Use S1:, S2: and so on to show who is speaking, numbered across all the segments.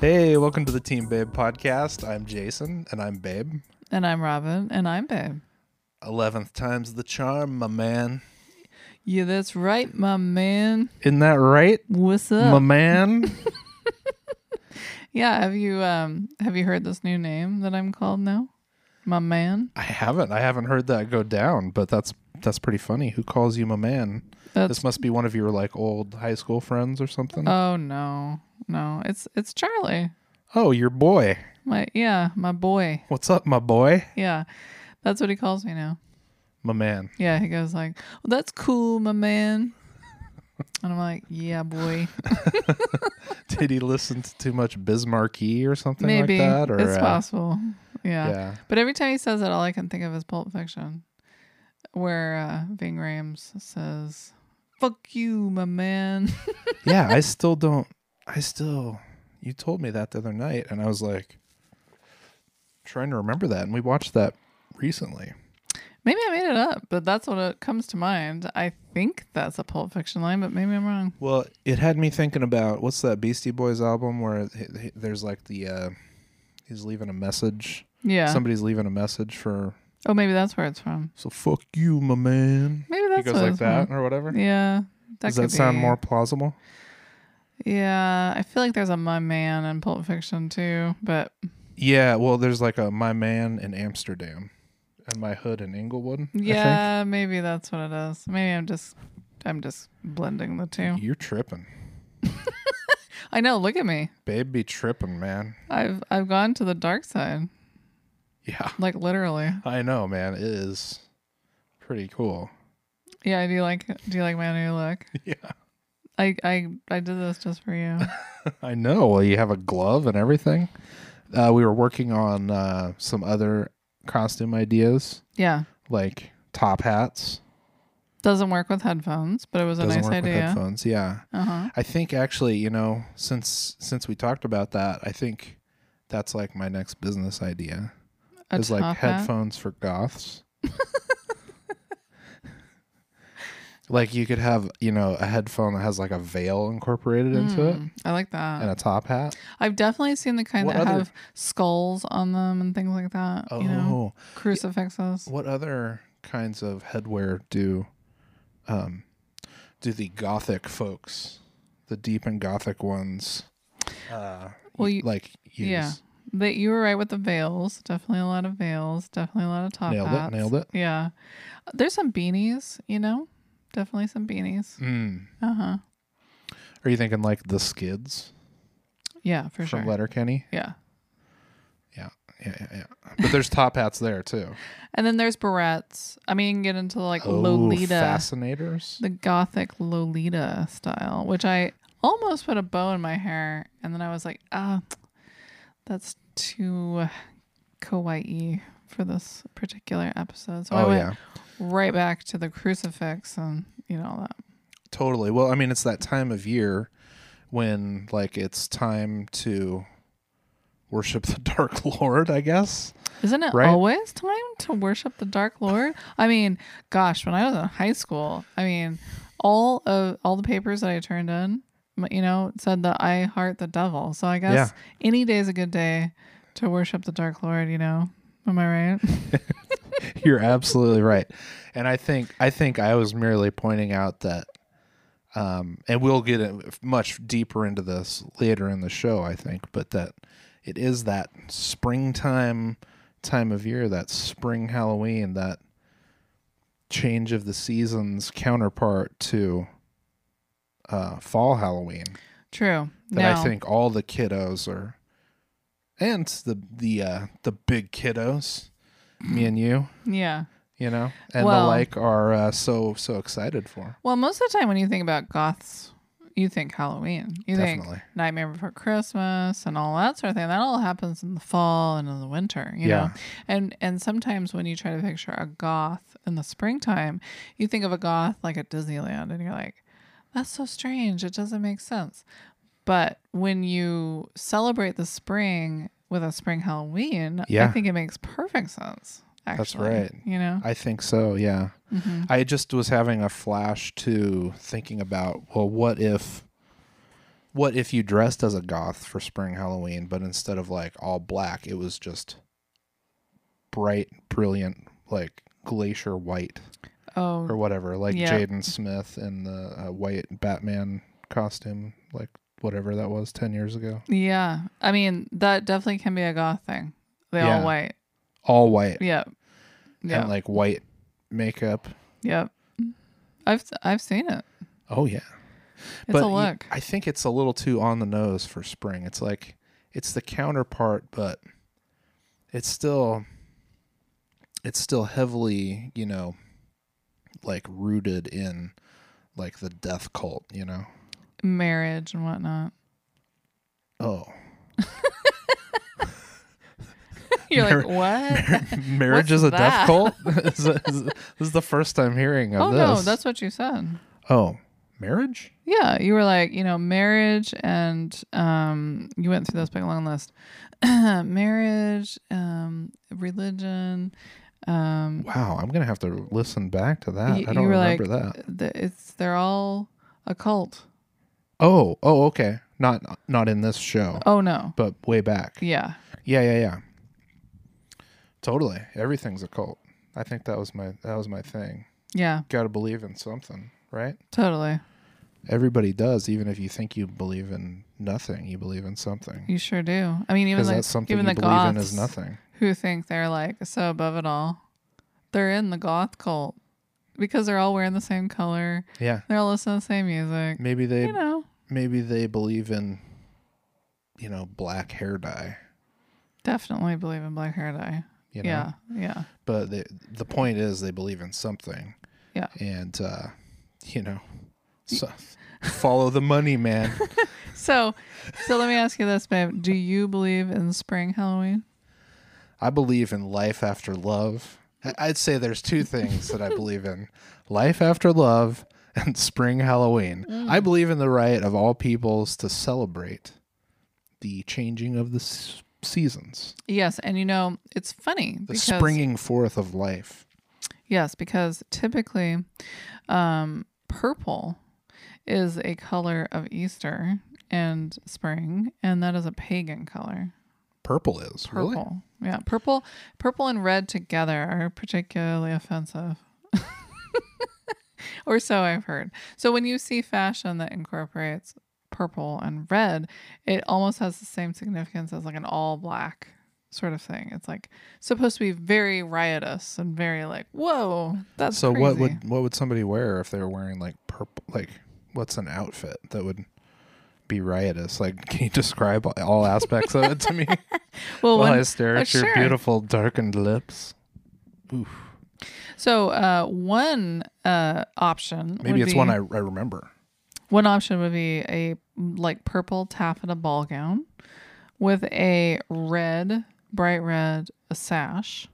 S1: Hey, welcome to the Team Babe podcast. I'm Jason and I'm Babe.
S2: And I'm Robin, and I'm Babe.
S1: 11th time's the charm, my man.
S2: Yeah, that's right, my man.
S1: Isn't that right?
S2: What's
S1: My
S2: up?
S1: man?
S2: yeah, have you um have you heard this new name that I'm called now? My man.
S1: I haven't. I haven't heard that go down, but that's that's pretty funny. Who calls you my man?
S2: That's
S1: This must be one of your like old high school friends or something.
S2: oh no, no, it's it's Charlie.
S1: oh, your boy.
S2: My yeah, my boy.
S1: What's up, my boy?
S2: Yeah, that's what he calls me now.
S1: My man.
S2: Yeah, he goes like, well, "That's cool, my man," and I'm like, "Yeah, boy."
S1: Did he listen to too much Bismarcky or something
S2: Maybe
S1: like that? Or
S2: it's
S1: uh,
S2: possible. yeah.
S1: Yeah.
S2: But every time he says it, all I can think of is Pulp Fiction, where uh, Ving Rhames says, "Fuck you, my man."
S1: yeah, I still don't. I still. You told me that the other night, and I was like, trying to remember that. And we watched that recently.
S2: maybe I made it up, but that's what it comes to mind. I think that's a Pulp Fiction line, but maybe I'm wrong.
S1: Well, it had me thinking about what's that Beastie Boys album where he- he- there's like the uh, he's leaving a message.
S2: Yeah.
S1: Somebody's leaving a message for
S2: oh, maybe that's where it's from.
S1: so fuck you, my man.
S2: Maybe that's
S1: he goes
S2: what
S1: like
S2: it's
S1: that
S2: From.
S1: or whatever.
S2: Yeah.
S1: Does
S2: could
S1: that sound
S2: be-
S1: more plausible?
S2: Yeah, I feel like there's a my man in Pulp Fiction too, but
S1: Yeah. Well, there's like a my man in Amsterdam, and my hood in Inglewood. I
S2: yeah, maybe that's what it is. Maybe I'm just I'm just blending the two.
S1: think. You're tripping,
S2: I know, look at me.
S1: babe. Be tripping, man.
S2: I've I've gone to the dark side,
S1: Yeah.
S2: like literally.
S1: I know, man. It is pretty cool.
S2: Yeah, do you like do you like my new look?
S1: Yeah.
S2: I I I did this just for you.
S1: I know. Well, you have a glove and everything. Uh, we were working on uh, some other costume ideas,
S2: Yeah,
S1: like top hats.
S2: doesn't work with headphones, but it was a
S1: Doesn't
S2: nice
S1: work with
S2: idea.
S1: headphones. Yeah.
S2: Uh huh.
S1: I think actually, you know, since since we talked about that, I think that's like my next business idea. is like headphones for goths. like you could have, you know, a headphone that has like a veil incorporated into it.
S2: Hmm, I like that.
S1: and a top hat.
S2: I've definitely seen the kind
S1: What
S2: that
S1: other-
S2: have skulls on them and things like that.
S1: Oh,
S2: You know, crucifixes.
S1: what other kinds of headwear do um do the gothic folks, the deep and gothic ones, uh,
S2: Well, you-
S1: like use?
S2: yeah. That you were right with the veils. Definitely a lot of veils. Definitely a lot of top
S1: Nailed it,
S2: hats.
S1: nailed it.
S2: Yeah. There's some beanies. You know, definitely some beanies.
S1: Mm.
S2: Uh huh.
S1: Are you thinking like the Skids
S2: Yeah, for
S1: from
S2: sure.
S1: Letterkenny?
S2: Yeah.
S1: Yeah, yeah, yeah. But there's top hats there too.
S2: And then there's barrettes. I mean, you can get into like Lolita,
S1: fascinators.
S2: the gothic Lolita style, which I almost put a bow in my hair. And then I was like, ah, that's too kawaii for this particular episode. So I
S1: oh
S2: went
S1: yeah,
S2: right back to the crucifix and, you know, all that.
S1: totally. Well, I mean, it's that time of year when like it's time to worship the Dark Lord, I guess.
S2: Isn't it
S1: Right?
S2: always time to worship the Dark Lord? I mean, gosh, when I was in high school, I mean, all of all the papers that I turned in, m- you know, said that I heart the devil. So I guess any day is a good day to worship the Dark Lord. You know, am I right?
S1: You're absolutely right. And I think I think I was merely pointing out that um and we'll get it much deeper into this later in the show, I think, but that it is that springtime time of year, that spring Halloween, that change of the seasons counterpart to uh fall Halloween
S2: True.
S1: that
S2: Now-
S1: I think all the kiddos are and the the uh the big kiddos, me and you
S2: yeah.
S1: you know, and the
S2: Well-
S1: like are uh, so so excited for.
S2: Well, most of the time when you think about goths, you think Halloween. You
S1: Definitely.
S2: think Nightmare Before Christmas and all that sort of thing. That all happens in the fall and in the winter, you
S1: Yeah.
S2: know. And and sometimes when you try to picture a goth in the springtime, you think of a goth like at Disneyland and you're like, that's so strange. It doesn't make sense. But when you celebrate the spring with a spring Halloween,
S1: Yeah.
S2: I think it makes perfect sense. Actually,
S1: right.
S2: You know,
S1: I think so. Yeah,
S2: Mhm.
S1: I just was having a flash to thinking about well, what if what if you dressed as a goth for spring Halloween, but instead of like all black, it was just bright, brilliant, like glacier white
S2: Oh,
S1: or whatever, like
S2: Yeah.
S1: Jaden Smith in the uh, white Batman costume, like whatever that was 10 years ago.
S2: yeah. I mean, that definitely can be a goth thing. They
S1: Yeah.
S2: all white.
S1: All white
S2: Yep. Yeah.
S1: and like white makeup.
S2: yep. I've I've seen it.
S1: Oh, yeah.
S2: It's a
S1: you-
S2: look.
S1: I think it's a little too on the nose for spring. It's like it's the counterpart, but it's still it's still heavily, you know, like rooted in like the death cult, you know.
S2: Marriage and whatnot.
S1: Oh.
S2: You're
S1: Mar-
S2: like, what?
S1: Marriage is a death
S2: that?
S1: cult? Is it- is it- this is the first time hearing of
S2: oh
S1: this.
S2: no, that's what you said.
S1: Oh, marriage?
S2: Yeah, you were like, you know, marriage and um you went through this big long list. marriage, um, religion, um
S1: Wow, I'm going to have to listen back to that.
S2: You-
S1: I
S2: you
S1: don't
S2: were
S1: remember
S2: like-
S1: that.
S2: the, it's they're all a cult.
S1: Oh, oh, okay. Not not in this show,
S2: Oh no.
S1: but way back.
S2: Yeah.
S1: Yeah, yeah, yeah. Totally. Everything's a cult. I think that was my that was my thing.
S2: Yeah,
S1: Got to believe in something, right?
S2: totally.
S1: Everybody does, even if you think you believe in nothing, you believe in something.
S2: You sure do. I mean even
S1: Because
S2: like
S1: that's something
S2: even
S1: you
S2: the
S1: believe
S2: goths
S1: in is nothing.
S2: who think they're like so above it all. They're in the goth cult because they're all wearing the same color.
S1: Yeah.
S2: They're all listening to the same music.
S1: Maybe they
S2: You know,
S1: maybe they believe in you know, black hair dye,
S2: definitely believe in black hair dye.
S1: you know.
S2: Yeah, yeah.
S1: But the the point is they believe in something.
S2: Yeah.
S1: And uh, you know, so, follow the money, man.
S2: So, so let me ask you this, babe. Do you believe in spring Halloween?
S1: I believe in life after love. I- I'd say there's two things that I believe in life after love and spring Halloween.
S2: Mm.
S1: I believe in the right of all peoples to celebrate the changing of the s- seasons,
S2: Yes, and you know it's funny
S1: the springing forth of life.
S2: Yes, because typically, um, purple is a color of Easter and spring, and that is a pagan color.
S1: Purple is really
S2: Purple, yeah, purple, purple and red together are particularly offensive. or so I've heard. So when you see fashion that incorporates purple and red, it almost has the same significance as like an all black sort of thing. It's like supposed to be very riotous and very like, whoa, that's
S1: so. What
S2: crazy.
S1: would what would somebody wear if they were wearing like purple? Like, what's an outfit that would be riotous? Like, can you describe all aspects of it to me?
S2: well,
S1: While
S2: when-
S1: I stare
S2: uh,
S1: at your
S2: sure.
S1: beautiful darkened lips.
S2: so uh, one uh, option
S1: Maybe
S2: would
S1: it's
S2: be,
S1: one I, I remember.
S2: One option would be a like purple taffeta ball gown with a red, bright red sash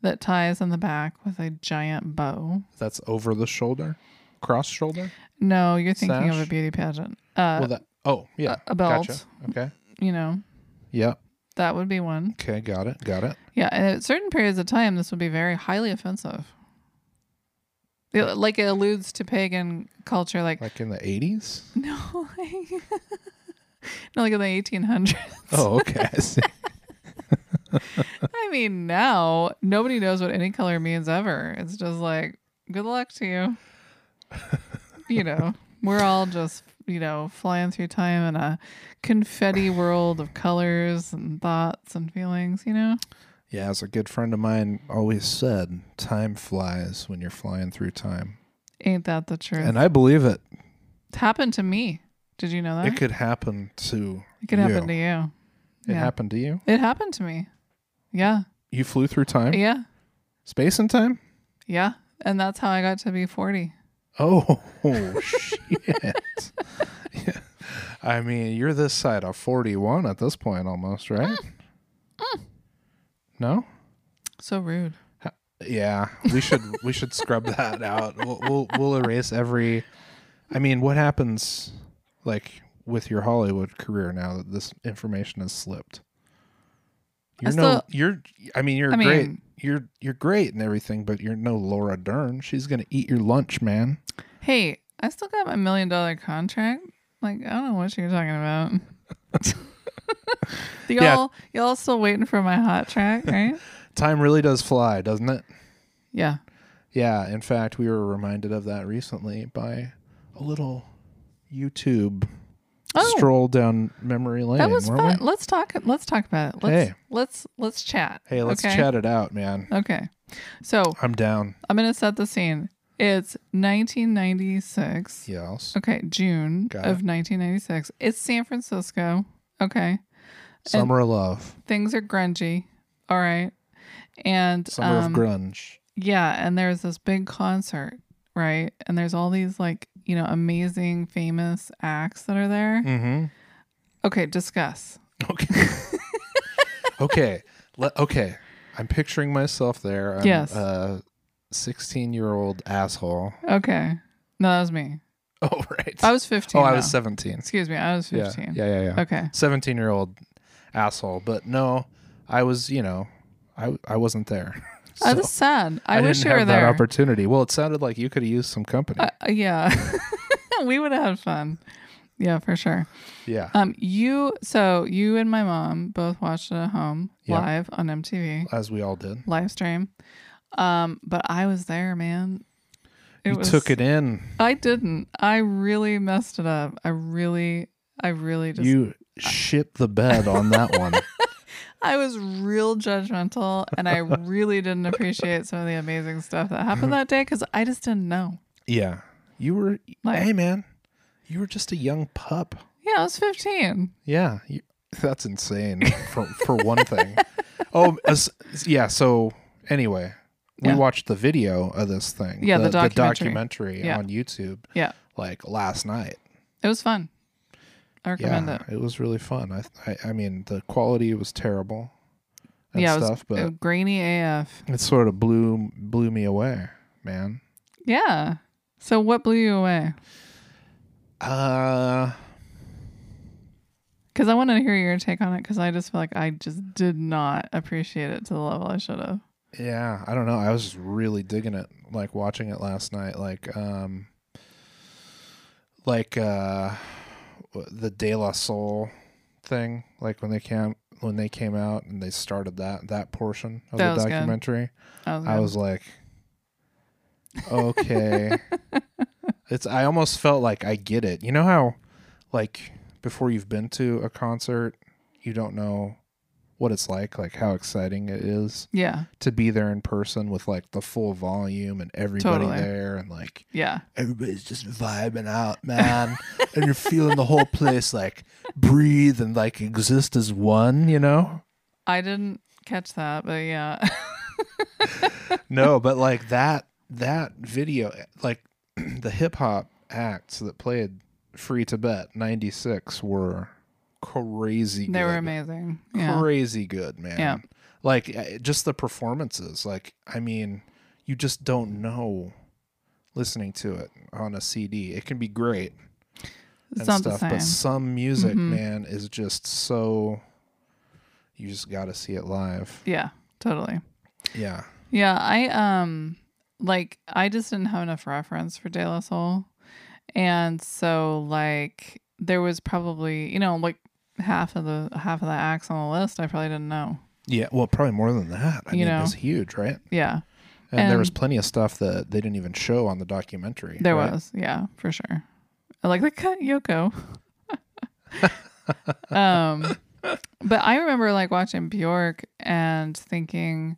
S2: that ties in the back with a giant bow.
S1: That's over the shoulder, cross shoulder.
S2: No, you're thinking of
S1: Sash?
S2: a beauty pageant.
S1: well,
S2: Uh,
S1: that. Oh yeah,
S2: a- a belt.
S1: Gotcha. Okay.
S2: you know,
S1: Yeah.
S2: that would be one.
S1: Okay. Got it. Got it.
S2: Yeah, and at certain periods of time, this would be very highly offensive. It- like it alludes to pagan culture, like
S1: Like in the eighties.
S2: no, like, no, like in the 1800s.
S1: Oh, okay. I see.
S2: I mean, now nobody knows what any color means ever. It's just like, good luck to you. you know, we're all just, you know, flying through time in a confetti world of colors and thoughts and feelings, you know?
S1: Yeah, as a good friend of mine always said, time flies when you're flying through time,
S2: Ain't that the truth?
S1: and I believe it.
S2: it happened to me. Did you know that?
S1: It could happen to.
S2: It could happen to you.
S1: It
S2: yeah.
S1: happened to you.
S2: It happened to me. Yeah.
S1: You flew through time,
S2: Yeah.
S1: space and time.
S2: Yeah. And that's how I got to be 40.
S1: Oh shit! Yeah. I mean, you're this side of 41 at this point, almost, right?
S2: Mm.
S1: No.
S2: So rude.
S1: Yeah, we should we should scrub that out. We'll, we'll we'll erase every. I mean, what happens like with your Hollywood career now that this information has slipped?
S2: I
S1: You're no,
S2: still-
S1: you're. I mean, you're
S2: I
S1: great.
S2: mean-
S1: You're you're great and everything, but you're no Laura Dern. She's gonna eat your lunch, man.
S2: Hey, I still got my million dollar contract Like, I don't know what you're talking about. y'all,
S1: Yeah.
S2: y'all still waiting for my hot track, right?
S1: Time really does fly, doesn't it?
S2: yeah.
S1: Yeah, in fact, we were reminded of that recently by a little YouTube
S2: Oh.
S1: stroll down memory lane.
S2: That was
S1: weren't
S2: fun.
S1: we?
S2: Let's talk. Let's talk about it. Let's,
S1: Hey.
S2: let's let's chat.
S1: Hey, let's
S2: okay?
S1: chat it out, man.
S2: Okay. So
S1: I'm down.
S2: I'm gonna set the scene. It's 1996.
S1: Yes.
S2: Okay, June
S1: Got
S2: of 1996. It's San Francisco. Okay,
S1: Summer of love.
S2: things are grungy. All right, and
S1: Summer
S2: um,
S1: of grunge.
S2: Yeah, and there's this big concert, right? And there's all these like, you know, amazing famous acts that are there.
S1: Mm-hmm.
S2: Okay, discuss.
S1: Okay. okay. Le- okay. I'm picturing myself there. I'm
S2: Yes.
S1: A 16 year old asshole.
S2: Okay. No, that was me.
S1: Oh, right.
S2: I was 15.
S1: oh, I
S2: though.
S1: was 17.
S2: Excuse me, I was
S1: Yeah.
S2: 15.
S1: Yeah. Yeah. Yeah.
S2: Okay.
S1: 17 year old asshole. But no, I was, you know, I, I wasn't there.
S2: I
S1: So
S2: was sad. I,
S1: I
S2: wish
S1: didn't
S2: you were
S1: have that
S2: there.
S1: opportunity. Well, it sounded like you could have used some company.
S2: Uh, yeah. we would have had fun. Yeah, for sure.
S1: yeah.
S2: Um, you so you and my mom both watched it at home
S1: Yeah.
S2: live on MTV
S1: as we all did.
S2: live stream. Um, but I was there, man.
S1: you took it in.
S2: I didn't. I really messed it up. I really, I really just.
S1: you shit the bed on that one.
S2: I was real judgmental, and I really didn't appreciate some of the amazing stuff that happened that day because I just didn't know.
S1: Yeah. You were,
S2: Like-
S1: hey, man, you were just a young pup.
S2: Yeah, I was 15.
S1: Yeah. You, that's insane for, for one thing. Oh, as, yeah. So, anyway, we
S2: Yeah.
S1: watched the video of this thing.
S2: Yeah, the documentary.
S1: documentary
S2: Yeah.
S1: on YouTube
S2: Yeah,
S1: like last night.
S2: it was fun. I recommend
S1: Yeah.
S2: it.
S1: It was really fun. I, I, I mean, the quality was terrible and
S2: yeah,
S1: stuff,
S2: it was uh,
S1: but
S2: grainy AF.
S1: it sort of blew, blew me away, man.
S2: Yeah. So what blew you away?
S1: Uh,
S2: Because I want to hear your take on it. Because I just feel like I just did not appreciate it to the level I should have.
S1: Yeah, I don't know. I was just really digging it, like watching it last night, like um, like uh, w- the De La Soul thing, like when they came when they came out and they started that that portion of
S2: That
S1: the
S2: was good.
S1: documentary.
S2: I was.
S1: I was like, okay, it's. I almost felt like I get it. You know how, like, before you've been to a concert, you don't know what it's like, like how exciting it is
S2: yeah,
S1: to be there in person with like the full volume and everybody
S2: Totally.
S1: there and like
S2: yeah.
S1: everybody's just vibing out, man. and you're feeling the whole place like breathe and like exist as one, you know?
S2: I didn't catch that, but yeah.
S1: No, but like that that video like the hip hop acts that played Free to Bet 96 were crazy
S2: They
S1: good.
S2: were amazing. Yeah.
S1: crazy good, man.
S2: Yeah.
S1: Like uh, just the performances. Like I mean, you just don't know listening to it on a CD. It can be great
S2: It's
S1: and
S2: not
S1: stuff,
S2: the same.
S1: but some music,
S2: Mhm.
S1: man, is just so you just got to see it live.
S2: yeah, totally.
S1: Yeah.
S2: Yeah, I um like I just didn't have enough reference for De La Soul. And so like there was probably, you know, like half of the half of the acts on the list I probably didn't know.
S1: Yeah, well, probably more than that. I
S2: You
S1: mean,
S2: know.
S1: it was huge, right?
S2: Yeah.
S1: And, there was
S2: And-
S1: plenty of stuff that they didn't even show on the documentary.
S2: There
S1: right?
S2: was, yeah, for sure. I Like the cut Yoko. um, but I remember like watching Bjork and thinking,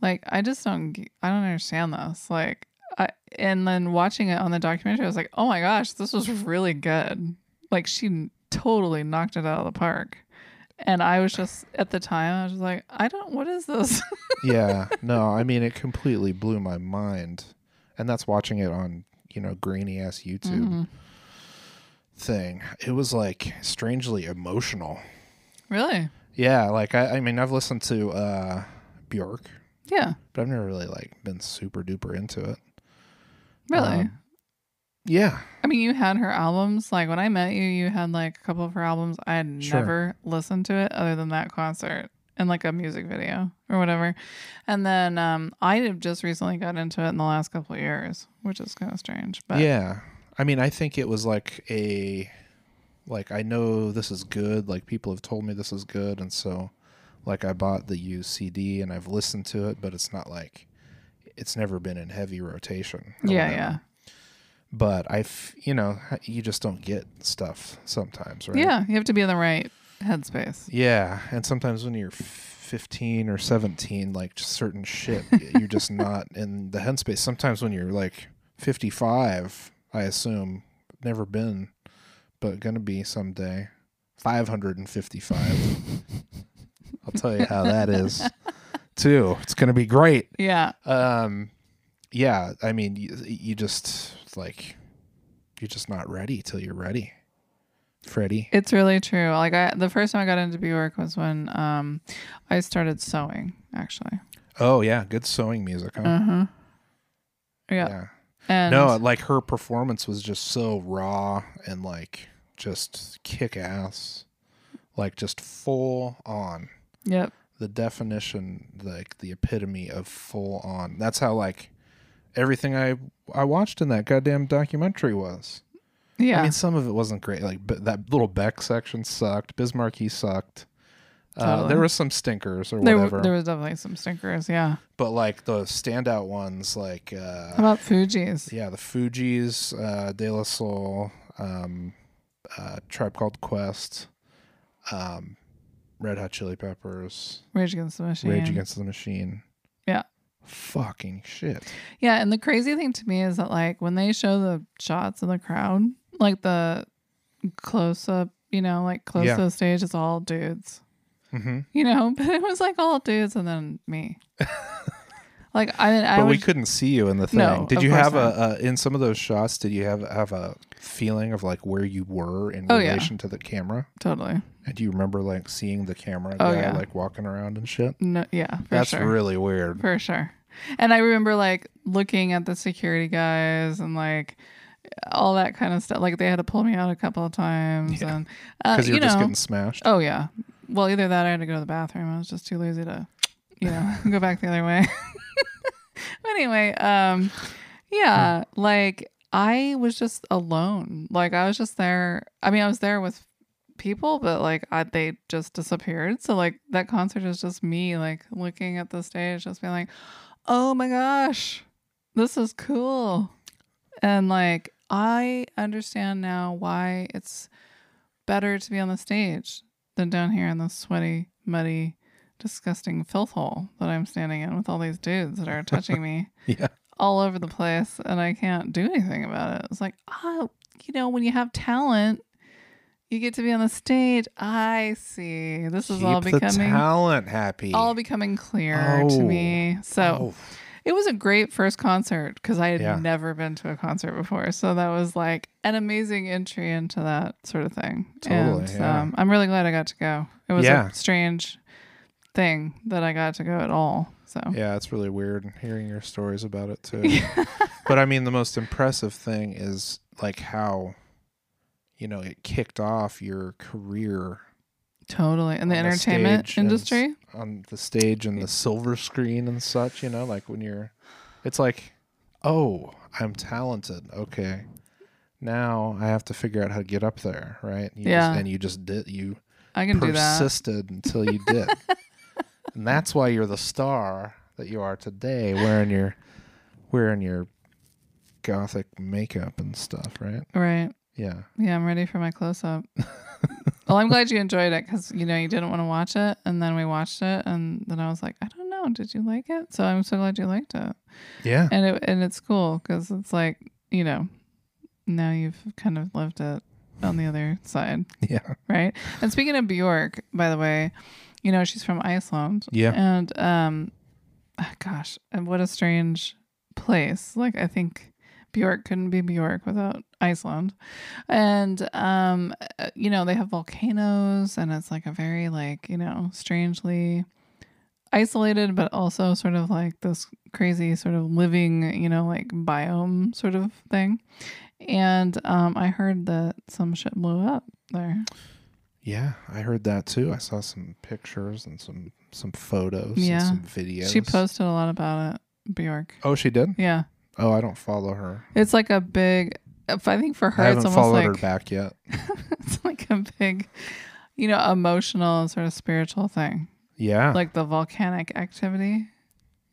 S2: like, I just don't, g- I don't understand this. Like, I, and then watching it on the documentary, I was like, oh my gosh, this was really good. Like, she n- totally knocked it out of the park. And I was just at the time, I was just like, I don't, what is this?
S1: yeah no i mean it completely blew my mind and that's watching it on you know grainy ass youtube
S2: Mhm.
S1: thing it was like strangely emotional
S2: really?
S1: yeah like i, I mean i've listened to uh bjork
S2: Yeah,
S1: but i've never really like been super duper into it
S2: really.
S1: Um, yeah
S2: I mean, you had her albums. Like when I met you, you had like a couple of her albums. I had
S1: Sure.
S2: never listened to it other than that concert and like a music video or whatever. And then um, I have just recently got into it in the last couple of years, which is kind of strange. But
S1: yeah i mean i think it was like a like I know this is good. Like people have told me this is good, and so like I bought the used CD and I've listened to it, but it's not like it's never been in heavy rotation. or
S2: yeah,
S1: Oh, whatever.
S2: yeah,
S1: But I, f- you know, you just don't get stuff sometimes, right?
S2: yeah. You have to be in the right headspace.
S1: Yeah, and sometimes when you're 15 or 17, like just certain shit, you're just not in the headspace. Sometimes when you're like 55, I assume, never been, but gonna be someday, 555. I'll tell you how that is, too. It's gonna be great.
S2: Yeah,
S1: Um, yeah, I mean, you, you just like, you're just not ready till you're ready, Freddie.
S2: it's really true. Like I, the first time I got into B work was when um, I started sewing. Actually,
S1: Oh yeah, good sewing music, huh?
S2: uh huh. Yeah.
S1: Oh. yeah.
S2: and
S1: no, like her performance was just so raw and like just kick ass, like just full on.
S2: yep,
S1: The definition, like the epitome of full on. That's how like everything I I watched in that goddamn documentary was.
S2: yeah.
S1: I mean, some of it wasn't great. Like but that little Beck section sucked. Bismarcky sucked. Uh,
S2: Totally.
S1: there were some stinkers or
S2: there,
S1: whatever,
S2: were- there was definitely some stinkers. Yeah.
S1: but like the standout ones, like uh,
S2: How about Fuji's?
S1: yeah, the Fugees, uh, De La Soul, um, uh, Tribe Called Quest, um, Red Hot Chili Peppers,
S2: Rage Against the Machine.
S1: Rage Against the Machine.
S2: Yeah.
S1: Fucking shit.
S2: Yeah, and the crazy thing to me is that like when they show the shots of the crowd, like the close up, you know, like close
S1: Yeah.
S2: to the stage, it's all dudes.
S1: hmm
S2: You know, but it was like all dudes and then me. like I, I
S1: But we
S2: was-
S1: couldn't see you in the thing.
S2: No,
S1: did
S2: of
S1: you
S2: course
S1: have a, a in some of those shots? Did you have have a feeling of like where you were in
S2: Oh, yeah.
S1: relation to the camera?
S2: totally
S1: And do you remember like seeing the camera
S2: Oh,
S1: guy
S2: yeah.
S1: like walking around and shit?
S2: no, yeah, for
S1: That's
S2: sure,
S1: really weird.
S2: for sure. And I remember like looking at the security guys and like all that kind of stuff. Like they had to pull me out a couple of times,
S1: Yeah.
S2: and uh,
S1: Because
S2: you
S1: you were just
S2: know,
S1: getting smashed.
S2: Oh yeah. Well, either that or I had to go to the bathroom. I was just too lazy to, you know, go back the other way. But anyway, um, yeah, like I was just alone. Like I was just there. I mean, I was there with people, but like I, they just disappeared. So like that concert is just me, like looking at the stage, just being like, oh my gosh, this is cool, and like I understand now why it's better to be on the stage than down here in this sweaty, muddy, disgusting filth hole that I'm standing in with all these dudes that are touching me
S1: Yeah.
S2: all over the place and I can't do anything about it. It's like, oh, you know, when you have talent, you get to be on the stage. I see. This is all
S1: Keep the
S2: becoming
S1: talent happy.
S2: all becoming clear to
S1: Oh.
S2: me. So it was a great first concert because I had
S1: Yeah.
S2: never been to a concert before. So that was like an amazing entry into that sort of thing.
S1: Totally,
S2: and
S1: yeah.
S2: um, I'm really glad I got to go. It was
S1: Yeah.
S2: a strange thing that I got to go at all. So
S1: Oh, yeah, it's really weird hearing your stories about it too. but I mean, the most impressive thing is like how, you know, it kicked off your career
S2: totally. And the
S1: on
S2: entertainment
S1: stage and s-
S2: industry.
S1: on the stage and the silver screen and such. You know, like when you're, it's like, oh, I'm talented. Okay, now I have to figure out how to get up there, right? You
S2: Yeah.
S1: Just, and you just did you
S2: I can do that.
S1: persisted until you did. and that's why you're the star that you are today, wearing your wearing your gothic makeup and stuff, right?
S2: Right.
S1: Yeah.
S2: Yeah, I'm ready for my close up. well, I'm glad you enjoyed it because, you know, you didn't want to watch it. And then we watched it. And then I was like, I don't know. Did you like it? So I'm so glad you liked it.
S1: Yeah.
S2: and it, and it's cool because it's like you know now you've kind of lived it on the other side
S1: Yeah.
S2: right and speaking of bjork by the way you know she's from iceland
S1: Yeah.
S2: and um ah, gosh and what a strange place like i think bjork couldn't be bjork without iceland and um uh, you know they have volcanoes and it's like a very like you know strangely isolated but also sort of like this crazy sort of living you know like biome sort of thing and um i heard that some shit blew up there
S1: Yeah. I heard that too. I saw some pictures and some some photos and
S2: Yeah.
S1: some videos.
S2: she posted a lot about it bjork
S1: Oh, she did?
S2: yeah
S1: Oh, I don't follow her.
S2: It's like a big if I think for her,
S1: I
S2: it's
S1: haven't
S2: almost
S1: followed
S2: like
S1: her back yet.
S2: it's like a big, you know, emotional sort of spiritual thing,
S1: Yeah.
S2: like the volcanic activity.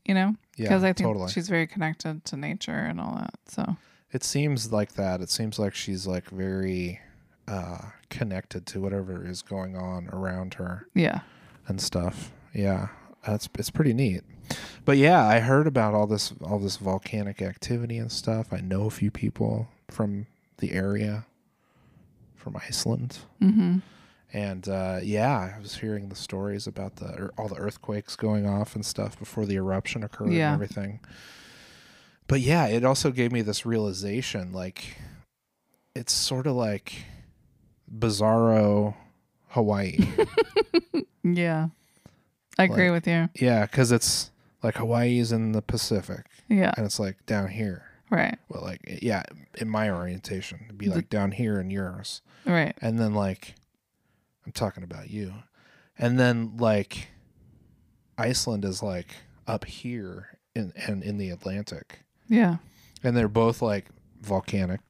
S2: You know,
S1: yeah.
S2: because I think
S1: totally.
S2: she's very connected to nature and all that. So
S1: It seems like that. It seems like she's like very uh connected to whatever is going on around her.
S2: yeah,
S1: and stuff. Yeah, that's it's pretty neat. But yeah, I heard about all this all this volcanic activity and stuff. I know a few people from the area, from Iceland,
S2: mm-hmm.
S1: and uh, yeah, I was hearing the stories about the or all the earthquakes going off and stuff before the eruption occurred
S2: Yeah.
S1: and everything. But yeah, it also gave me this realization, like it's sort of like bizarro Hawaii.
S2: yeah, I agree with you.
S1: Yeah, because it's like Hawaii's in the Pacific,
S2: Yeah,
S1: and it's like down here.
S2: right,
S1: Well, like yeah, in my orientation, it'd be
S2: The-
S1: like down here in yours,
S2: right,
S1: and then like I'm talking about you, and then like Iceland is like up here in and in the Atlantic,
S2: yeah.
S1: and they're both like volcanic,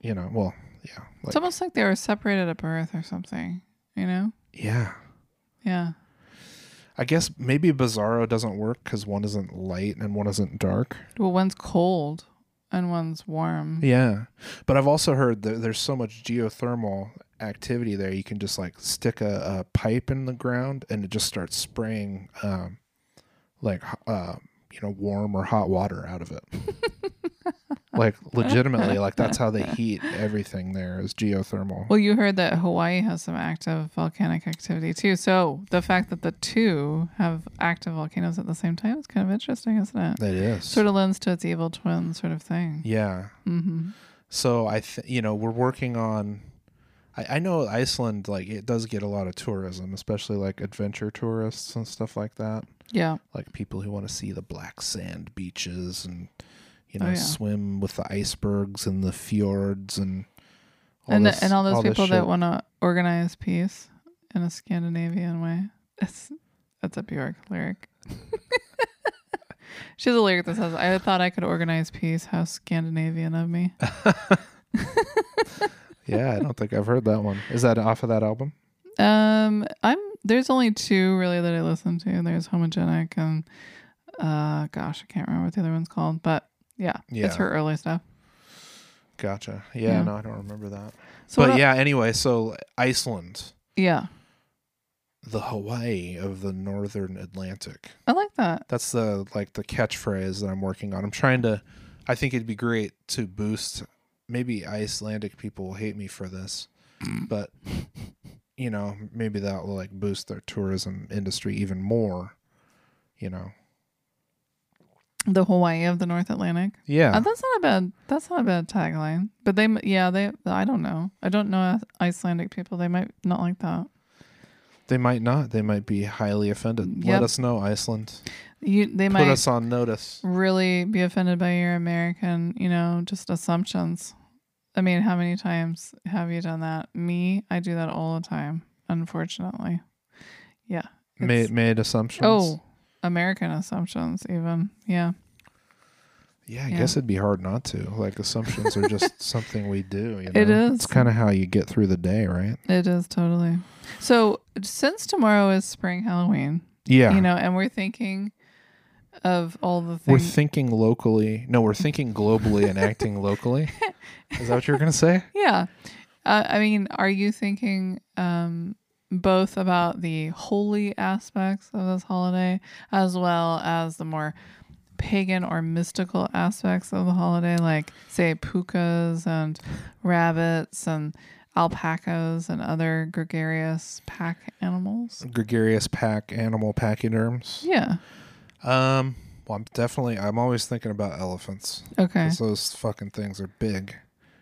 S1: you know. Well, yeah, like,
S2: it's almost like they were separated at birth or something. You know?
S1: yeah.
S2: Yeah.
S1: I guess maybe Bizarro doesn't work because one isn't light and one isn't dark.
S2: Well, one's cold and one's warm.
S1: Yeah, but I've also heard that there's so much geothermal activity there. You can just like stick a, a pipe in the ground and it just starts spraying, um, like h- uh, you know, warm or hot water out of it. like legitimately, like that's how they heat everything there is geothermal.
S2: Well, you heard that Hawaii has some active volcanic activity too. So the fact that the two have active volcanoes at the same time is kind of interesting, isn't it?
S1: That is
S2: Sort of lends to its evil twin sort of thing.
S1: yeah.
S2: hmm
S1: So I, th- you know, we're working on. I, I know Iceland, like it does get a lot of tourism, especially like adventure tourists and stuff like that.
S2: Yeah.
S1: like people who want to see the black sand beaches and you know
S2: Oh, yeah.
S1: swim with the icebergs and the fjords and
S2: and
S1: this-
S2: and all those
S1: this
S2: people that
S1: shit.
S2: want to organize peace in a Scandinavian way. That's that's a Bjork lyric. she has a lyric that says, "I thought I could organize peace. How Scandinavian of me."
S1: yeah, I don't think I've heard that one. Is that off of that album?
S2: Um, I'm there's only two really that I listen to. There's Homogenic and uh, gosh, I can't remember what the other one's called, but yeah,
S1: Yeah.
S2: it's her early stuff.
S1: Gotcha. Yeah,
S2: Yeah.
S1: no, I don't remember that.
S2: So
S1: but
S2: what-
S1: yeah, anyway, so Iceland,
S2: yeah,
S1: the Hawaii of the northern Atlantic.
S2: I like that.
S1: That's the like the catchphrase that I'm working on. I'm trying to I think it'd be great to boost maybe Icelandic people will hate me for this, but you know, maybe that will like boost their tourism industry even more, you know.
S2: The Hawaii of the North Atlantic.
S1: Yeah.
S2: Uh, that's not a bad. That's not a bad tagline. But they, m- yeah, they. I don't know. I don't know Icelandic people. They might not like that.
S1: They might not. They might be highly offended.
S2: Mm, Yep.
S1: Let us know, Iceland.
S2: You, they
S1: Put
S2: might
S1: us on notice.
S2: really be offended by your American, you know, just assumptions. I mean, how many times have you done that? Me, I do that all the time, unfortunately. Yeah.
S1: Made
S2: it's-
S1: made assumptions.
S2: oh, American assumptions, even. Yeah.
S1: Yeah, I
S2: Yeah.
S1: guess it'd be hard not to. Like assumptions are just something we do, you know.
S2: It is.
S1: It's kind of how you get through the day, right?
S2: It is totally. So, since tomorrow is spring Halloween,
S1: Yeah.
S2: you know, and we're thinking of all the
S1: We're
S2: things.
S1: thinking locally. No, we're thinking globally and acting locally. Is that what you were going to say?
S2: Yeah. Uh, I mean, are you thinking um, both about the holy aspects of this holiday as well as the more pagan or mystical aspects of the holiday, like, say, pukas and rabbits and alpacas and other gregarious pack animals?
S1: Gregarious pack, animal pachyderms.
S2: Yeah.
S1: Um, well, I'm definitely, I'm always thinking about elephants.
S2: Okay.
S1: 'cause Those fucking things are big.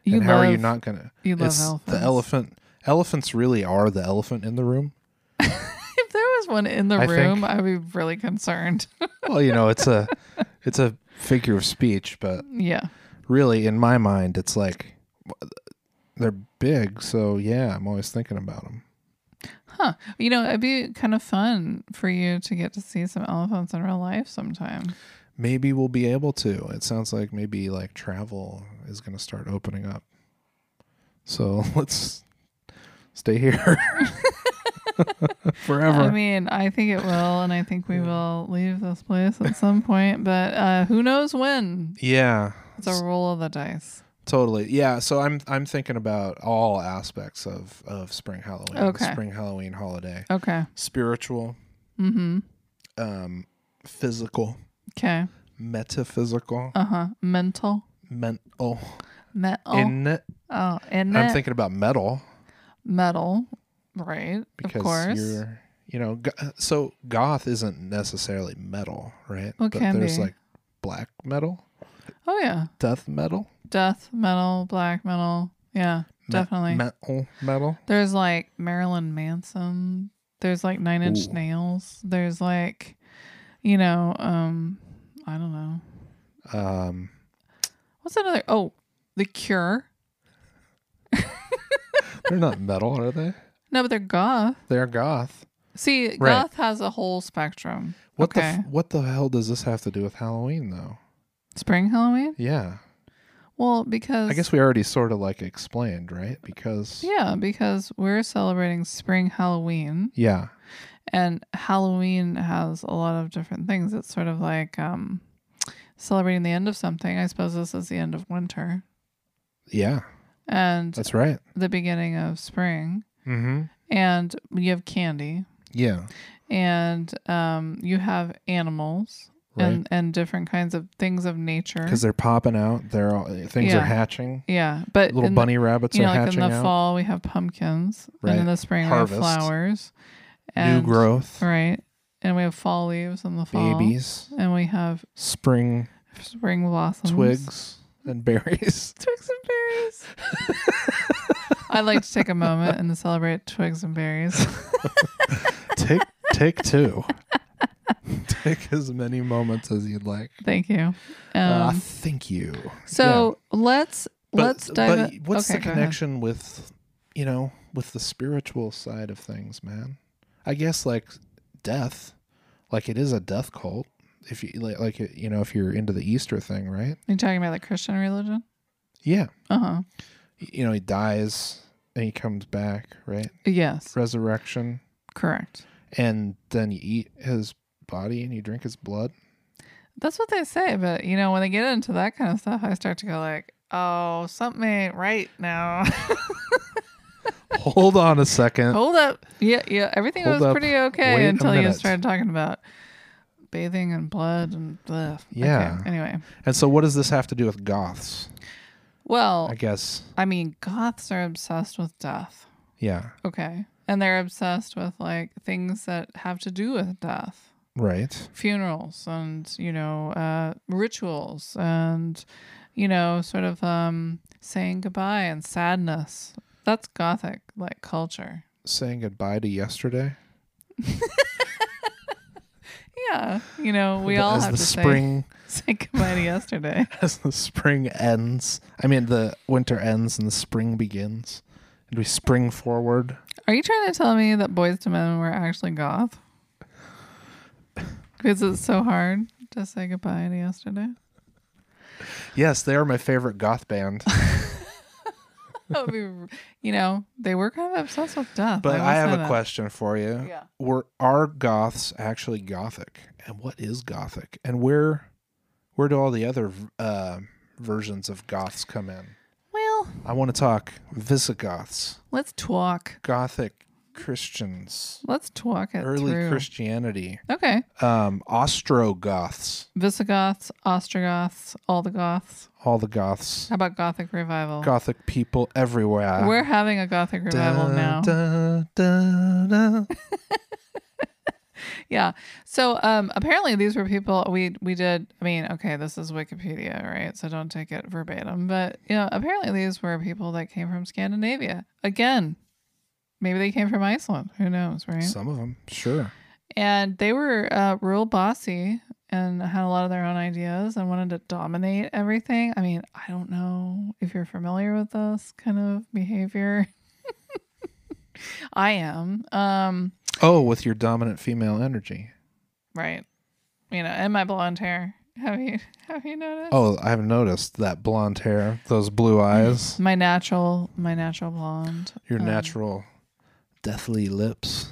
S2: You
S1: and how are you
S2: love-
S1: not going to?
S2: You love
S1: It's
S2: elephants.
S1: the elephant. Elephants really are the elephant in the room.
S2: If there was one in the
S1: I think-
S2: room, I'd be really concerned.
S1: Well, you know, it's a, it's a figure of speech, but
S2: yeah.
S1: really, in my mind, it's like they're big. So yeah, I'm always thinking about them.
S2: Huh. You know, it'd be kind of fun for you to get to see some elephants in real life sometime.
S1: maybe we'll be able to. It sounds like maybe like travel is going to start opening up. So let's stay here forever.
S2: I mean, I think it will, and I think we will leave this place at some point, but uh, who knows when?
S1: yeah,
S2: It's a roll of the dice.
S1: totally. Yeah. So I'm I'm thinking about all aspects of of spring Halloween, the
S2: Okay.
S1: spring Halloween holiday,
S2: Okay.
S1: spiritual,
S2: Mm-hmm.
S1: um, physical,
S2: Okay.
S1: metaphysical,
S2: Uh huh. Mental.
S1: mental.
S2: Metal.
S1: In it.
S2: oh, and
S1: I'm thinking about metal
S2: metal. Right.
S1: because
S2: of course.
S1: you're you know go- so goth isn't necessarily metal, right?
S2: Well, it
S1: but
S2: can
S1: there's
S2: be.
S1: like black metal,
S2: Oh yeah.
S1: death metal,
S2: Death metal, black metal. Yeah,
S1: me-
S2: definitely.
S1: metal metal.
S2: There's like Marilyn Manson. There's like Nine Inch
S1: Ooh.
S2: Nails. There's like, you know, um, I don't know.
S1: Um
S2: What's another? Oh, The Cure.
S1: they're not metal, are they?
S2: No, but they're goth.
S1: They're goth.
S2: See,
S1: Right.
S2: goth has a whole spectrum.
S1: What the
S2: Okay.
S1: f- what the hell does this have to do with Halloween though?
S2: Spring Halloween.
S1: Yeah.
S2: Well, because
S1: I guess we already sort of like explained, right? Because
S2: yeah, because we're celebrating Spring Halloween.
S1: yeah.
S2: and Halloween has a lot of different things. It's sort of like um, celebrating the end of something. I suppose this is the end of winter
S1: Yeah.
S2: and
S1: That's right.
S2: the beginning of spring.
S1: Mhm.
S2: And you have candy,
S1: Yeah.
S2: and um, you have animals,
S1: Right.
S2: and and different kinds of things of nature.
S1: Because they're popping out. They're all, things are
S2: Yeah.
S1: hatching.
S2: Yeah, but
S1: Little
S2: in the-
S1: bunny rabbits
S2: you know,
S1: are
S2: like in
S1: hatching
S2: the
S1: out.
S2: fall we have pumpkins, and
S1: Right.
S2: in the spring
S1: Harvest.
S2: we have flowers,
S1: New
S2: and
S1: growth.
S2: right, and we have fall leaves in the fall,
S1: Babies.
S2: and we have
S1: Spring
S2: spring blossoms,
S1: twigs and berries.
S2: twigs and berries. I'd like to take a moment and celebrate twigs and berries.
S1: take take two. take as many moments as you'd like.
S2: Thank you. Um,
S1: uh, thank you.
S2: so let's
S1: But-
S2: let's dive.
S1: But
S2: in-
S1: what's
S2: okay,
S1: the
S2: go ahead.
S1: connection with, you know, with the spiritual side of things, man? I guess like death, like it is a death cult. If you like, like you know, if you're into the Easter thing, right?
S2: Are you talking about the Christian religion?
S1: Yeah,
S2: Uh huh.
S1: you know, he dies and he comes back, right?
S2: Yes.
S1: Resurrection,
S2: Correct.
S1: and then you eat his body and you drink his blood.
S2: That's what they say. But you know, when they get into that kind of stuff, I start to go like, "Oh, something ain't right now."
S1: Hold on a second.
S2: Hold up. Yeah, yeah. Everything
S1: Hold
S2: was
S1: up.
S2: pretty okay
S1: Wait a
S2: until you
S1: minute.
S2: started talking about bathing in blood and blah.
S1: Yeah.
S2: Okay. Anyway.
S1: And so, what does this have to do with goths?
S2: Well,
S1: I guess,
S2: I mean, goths are obsessed with death.
S1: yeah,
S2: Okay. And they're obsessed with like things that have to do with death
S1: right.
S2: funerals and, you know, uh, rituals and, you know, sort of um, saying goodbye and sadness. That's gothic like culture.
S1: Saying goodbye to yesterday.
S2: Yeah. You know, we all
S1: as
S2: have
S1: the
S2: to say,
S1: spring
S2: say goodbye to yesterday.
S1: as the spring ends. I mean, the winter ends and the spring begins, and we spring forward.
S2: Are you trying to tell me that Boys to Men were actually goth? Because it's so hard to say goodbye to yesterday.
S1: Yes, they are my favorite goth band,
S2: that would be, you know, they were kind of obsessed with death.
S1: but
S2: will
S1: I
S2: say
S1: have a
S2: that.
S1: question for you.
S2: Yeah.
S1: Were are goths actually gothic? And what is gothic? And where where do all the other uh, versions of goths come in?
S2: Well,
S1: I want to talk Visigoths,
S2: let's talk.
S1: Gothic Christians,
S2: Let's talk it
S1: early
S2: through.
S1: Christianity,
S2: okay,
S1: um, Ostrogoths,
S2: Visigoths, Ostrogoths, all the Goths.
S1: all the Goths.
S2: How about Gothic revival?
S1: Gothic people everywhere.
S2: Oh. We're having a Gothic revival now.
S1: Dun, dun, dun.
S2: Yeah. So um apparently these were people we we did I mean, okay, this is Wikipedia, right? So don't take it verbatim, but you know, apparently these were people that came from Scandinavia. Again, maybe they came from Iceland, who knows, right?
S1: Some of them, sure.
S2: and they were uh, real bossy and had a lot of their own ideas and wanted to dominate everything. I mean, I don't know if you're familiar with this kind of behavior. I am. Um,
S1: Oh, with your dominant female energy.
S2: right. You know, and my blonde hair Have you have you noticed?
S1: Oh, I've noticed that blonde hair, those blue eyes,
S2: My natural my natural blonde.
S1: your
S2: Um,
S1: natural deathly lips.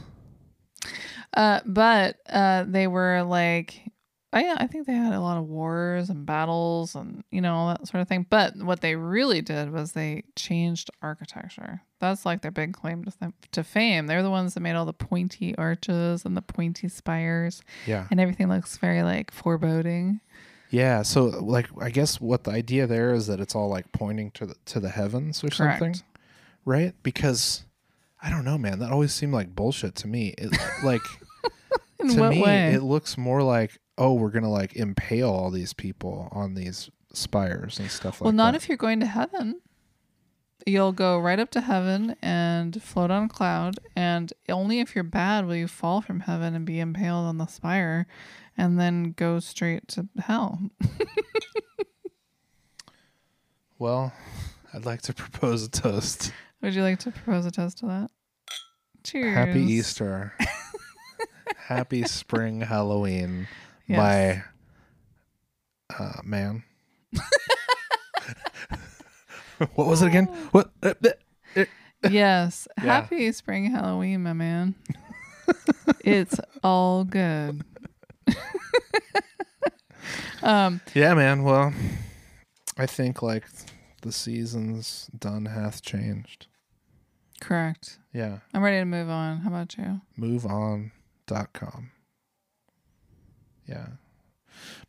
S2: Uh, but uh, they were like, oh, I, I think they had a lot of wars and battles and you know all that sort of thing. But what they really did was they changed architecture. That's like their big claim to, th- to fame. They're the ones that made all the pointy arches and the pointy spires,
S1: Yeah.
S2: and everything looks very like foreboding.
S1: Yeah, so like I guess what the idea there is that it's all like pointing to the to the heavens or
S2: Correct.
S1: something, right? Because I don't know, man. That always seemed like bullshit to me. It, like
S2: In
S1: to
S2: what
S1: me,
S2: way?
S1: it looks more like oh, we're gonna like impale all these people on these spires and stuff like
S2: well, not
S1: that.
S2: if you're going to heaven. You'll go right up to heaven and float on a cloud, and only if you're bad will you fall from heaven and be impaled on the spire, and then go straight to hell.
S1: well, I'd like to propose a toast.
S2: Would you like to propose a toast to that? Cheers.
S1: Happy Easter. Happy spring Halloween
S2: Yes.
S1: by uh man. what was it again?
S2: Oh.
S1: What uh, bleh.
S2: yes.
S1: Yeah.
S2: Happy spring Halloween, my man. it's all good. um,
S1: Yeah, man. Well, I think like the seasons done hath changed.
S2: correct.
S1: Yeah.
S2: I'm ready to move on. How about you?
S1: moveon.com. Yeah.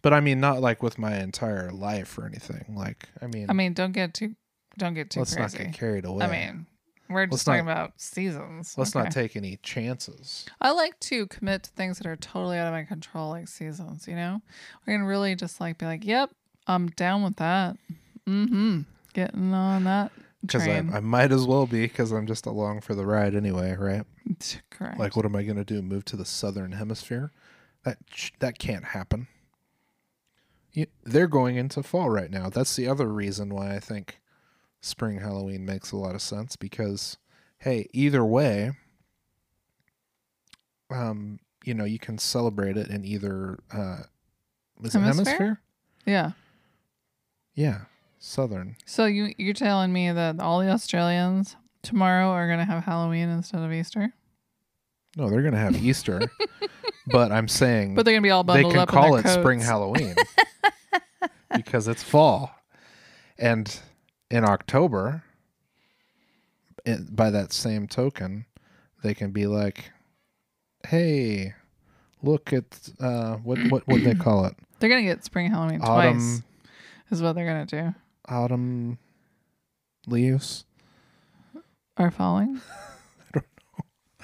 S1: But I mean not like with my entire life or anything. Like I mean,
S2: I mean, don't get too don't get too
S1: let's not
S2: crazy.
S1: get carried away.
S2: I mean, we're just
S1: not-
S2: talking about seasons.
S1: Let's
S2: okay?
S1: not take any chances.
S2: I like to commit to things that are totally out of my control, like seasons. You know, we can really just like be like, "Yep, I'm down with that." Mm-hmm. Getting on that
S1: Because I,
S2: train.
S1: I might as well be because I'm just along for the ride anyway, right?
S2: Correct.
S1: Like, what am I going to do? Move to the southern hemisphere? That sh- that can't happen. You, they're going into fall right now. That's the other reason why I think spring Halloween makes a lot of sense because, hey, either way, um, you know, you can celebrate it in either uh, is it
S2: Hemisphere?
S1: hemisphere?
S2: yeah.
S1: Yeah, southern.
S2: So you you're telling me that all the Australians tomorrow are gonna have Halloween instead of Easter,
S1: No, they're going to have Easter, but I'm saying,
S2: but they're gonna be all bundled
S1: they can
S2: up.
S1: call
S2: in
S1: it
S2: their
S1: spring
S2: coats.
S1: halloween because it's fall and in october it, by that same token they can be like hey look at uh what what what they call it
S2: They're gonna get spring Halloween twice.
S1: autumn
S2: Is what they're gonna do.
S1: autumn leaves
S2: are falling. I don't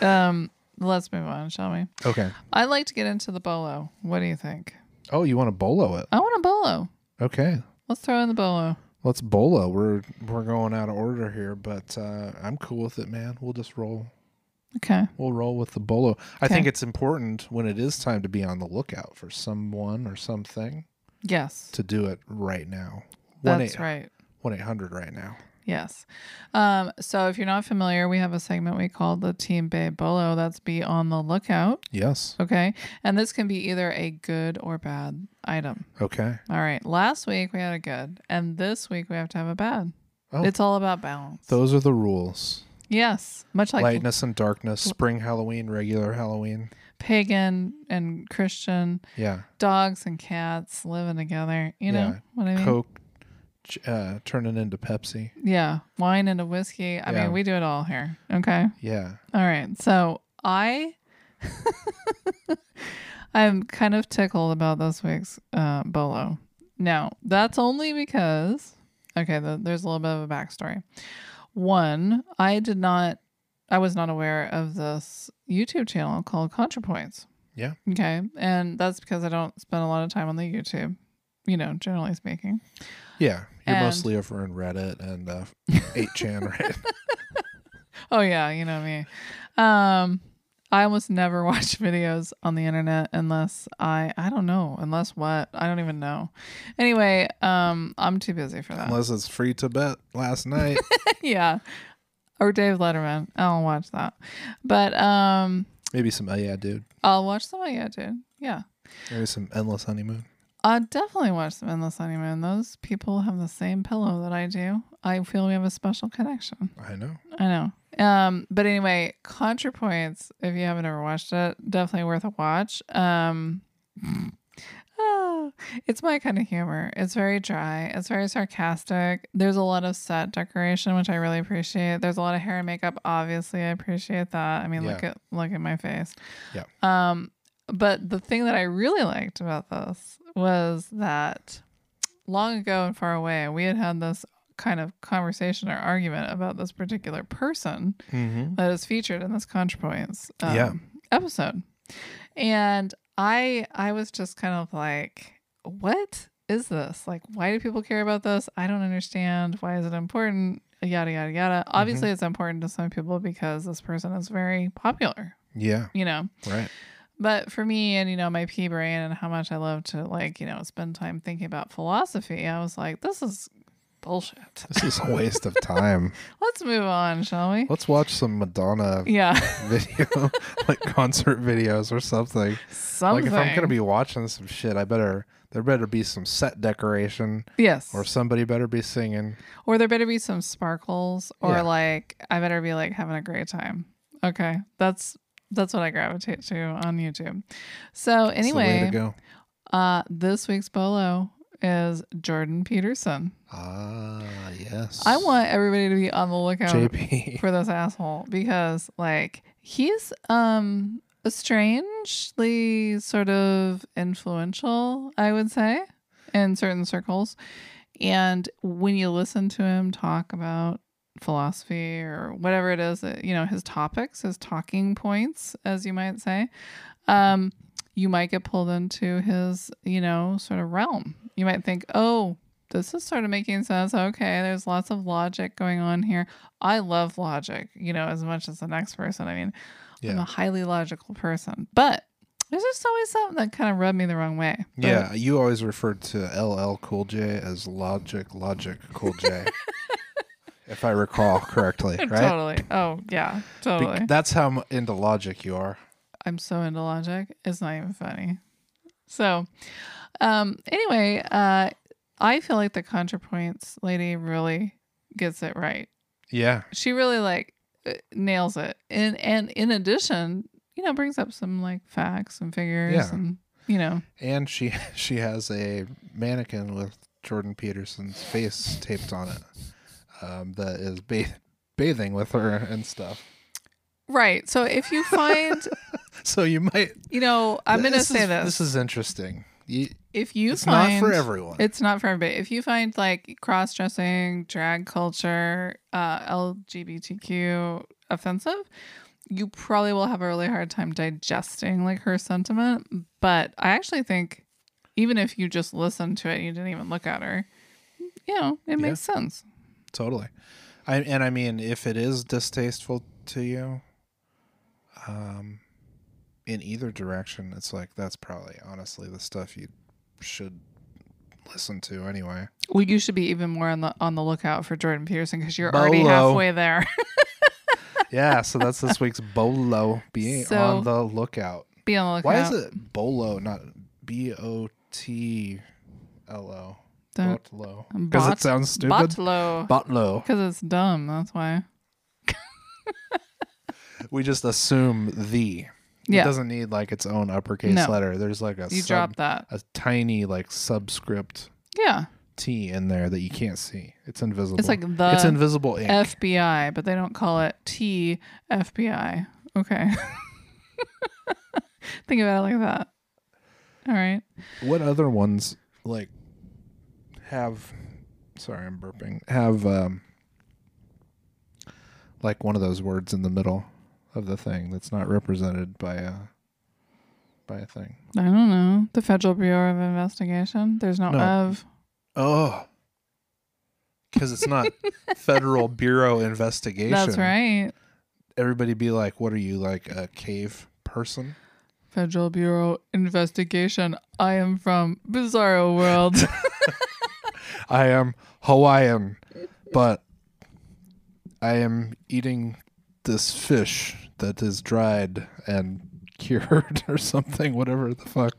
S2: know. Um, let's move on, shall we?
S1: okay
S2: I'd like to get into the bolo. What do you think?
S1: oh you want to bolo it
S2: I want a bolo.
S1: okay
S2: Let's throw in the bolo.
S1: let's bolo we're we're going out of order here but uh i'm cool with it man we'll just roll
S2: Okay.
S1: We'll roll with the bolo. I
S2: Okay.
S1: think it's important when it is time to be on the lookout for someone or something
S2: Yes.
S1: to do it right now.
S2: That's right.
S1: 1 800 right now.
S2: Yes. Um, so if you're not familiar, we have a segment we call the Team Bay Bolo. That's be on the lookout.
S1: Yes.
S2: Okay. And this can be either a good or bad item.
S1: Okay.
S2: All right. Last week we had a good, and this week we have to have a bad.
S1: Oh.
S2: It's all about balance.
S1: Those are the rules
S2: yes. Much like
S1: lightness and darkness, spring Halloween, regular Halloween.
S2: pagan and Christian.
S1: Yeah.
S2: dogs and cats living together. You know
S1: Yeah.
S2: what I mean?
S1: Coke ch- uh, turning into Pepsi.
S2: Yeah, wine into whiskey. I
S1: Yeah.
S2: mean, we do it all here. Okay.
S1: Yeah.
S2: All right. So I, I'm kind of tickled about this week's uh, bolo. Now that's only because okay, the, there's a little bit of a backstory. One, I did not, I was not aware of this YouTube channel called ContraPoints.
S1: Yeah.
S2: Okay, and that's because I don't spend a lot of time on the YouTube. You know, generally speaking.
S1: Yeah. You're
S2: And-
S1: mostly over in Reddit and uh, 8chan, right?
S2: Oh yeah, you know me. Um I almost never watch videos on the internet unless I I don't know, unless what? I don't even know. Anyway, um I'm too busy for that.
S1: Unless it's free to bet last night.
S2: yeah. Or Dave Letterman. I'll watch that. But um
S1: Maybe some, oh yeah, dude.
S2: I'll watch some yeah, dude. Yeah.
S1: Maybe some endless honeymoon.
S2: I definitely watch them in the Sunny Moon. Those people have the same pillow that I do. I feel we have a special connection.
S1: I know.
S2: I know. Um, but anyway, ContraPoints, if you haven't ever watched it, definitely worth a watch. Um, ah, it's my kind of humor. It's very dry. It's very sarcastic. There's a lot of set decoration, which I really appreciate. There's a lot of hair and makeup. Obviously, I appreciate that. I mean, look at look at my face.
S1: Yeah.
S2: Um, but the thing that I really liked about this was that long ago and far away, we had had this kind of conversation or argument about this particular person
S1: Mm-hmm.
S2: that is featured in this ContraPoints um,
S1: Yeah.
S2: episode. And I I was just kind of like, what is this? Like, why do people care about this? I don't understand. Why is it important? Yada yada yada. Obviously, it's important to some people because this person is very popular.
S1: Yeah.
S2: You know,
S1: Right.
S2: but for me and you know my pea brain and how much I love to like you know spend time thinking about philosophy, I was like, this is bullshit.
S1: This is a waste of time.
S2: Let's move on, shall we?
S1: Let's watch some Madonna
S2: Yeah,
S1: video, like concert videos or something. Like
S2: something.
S1: if I'm gonna be watching some shit, I better there better be some set decoration
S2: yes,
S1: or
S2: or,
S1: somebody better be singing.
S2: there better be some sparkles, or
S1: Yeah.
S2: like I better be like having a great time. Okay, that's that's what I gravitate to on YouTube. So
S1: It's the way to
S2: anyway,
S1: go.
S2: uh, this week's bolo is Jordan Peterson.
S1: Ah, yes.
S2: I want everybody to be on the lookout
S1: JP.
S2: for this asshole because like he's um strangely sort of influential i would say in certain circles and when you listen to him talk about philosophy or whatever it is that you know his topics his talking points as you might say um you might get pulled into his you know sort of realm you might think oh this is sort of making sense okay there's lots of logic going on here I love logic, you know, as much as the next person. I mean, I'm a
S1: Yeah.
S2: highly logical person, but there's just always something that kind of rubbed me the wrong way. But
S1: Yeah, you always referred to LL Cool J as Logic, Logic Cool J, if I recall correctly, right?
S2: Totally. Oh, yeah,
S1: Be-
S2: totally.
S1: that's how m- into logic you are.
S2: I'm so into logic. It's not even funny. So, um, anyway, uh, I feel like the ContraPoints lady really gets it right.
S1: Yeah.
S2: she really like uh, nails it and and in addition you know brings up some like facts and figures
S1: Yeah.
S2: and you know
S1: And she she has a mannequin with Jordan Peterson's face taped on it um, that is ba- bathing with her and stuff.
S2: right so if you find
S1: So you might.
S2: you know i'm gonna
S1: this
S2: say
S1: is,
S2: this,
S1: This is interesting. You,
S2: if you
S1: it's
S2: find
S1: not for everyone.
S2: it's not for everybody if you find like cross-dressing drag culture uh lgbtq offensive you probably will have a really hard time digesting like her sentiment but i actually think even if you just listened to it and you didn't even look at her you know it makes sense
S1: totally. I, and I mean, if it is distasteful to you, um, in either direction, it's like that's probably honestly the stuff you should listen to anyway.
S2: well you should be even more on the on the lookout for jordan peterson because you're already
S1: Bolo.
S2: halfway there
S1: yeah, so that's this week's bolo. Be
S2: So-
S1: on the lookout.
S2: be on the lookout
S1: Why is it bolo, not B O T L O?
S2: Don't-
S1: Botlo. Because
S2: um, Bot-
S1: it sounds stupid.
S2: botlo
S1: Botlo.
S2: because it's dumb that's why
S1: We just assume the.
S2: Yeah.
S1: It doesn't need like its own uppercase
S2: No.
S1: letter. There's like a
S2: you
S1: sub-
S2: drop that
S1: a tiny like subscript
S2: yeah
S1: T in there that you can't see. It's invisible.
S2: It's like the
S1: it's invisible ink.
S2: FBI, but they don't call it T FBI. Okay. Think about it like that. All right.
S1: What other ones like have? Sorry, I'm burping. Have um, like one of those words in the middle of the thing that's not represented by a by a thing.
S2: I don't know. The Federal Bureau of Investigation. There's no,
S1: No.
S2: of.
S1: Oh, because it's not Federal Bureau investigation.
S2: That's right.
S1: Everybody be like, "What are you like a cave person?"
S2: Federal Bureau Investigation. I am from Bizarro World.
S1: I am Hawaiian, but I am eating this fish that is dried and cured or something, whatever the fuck.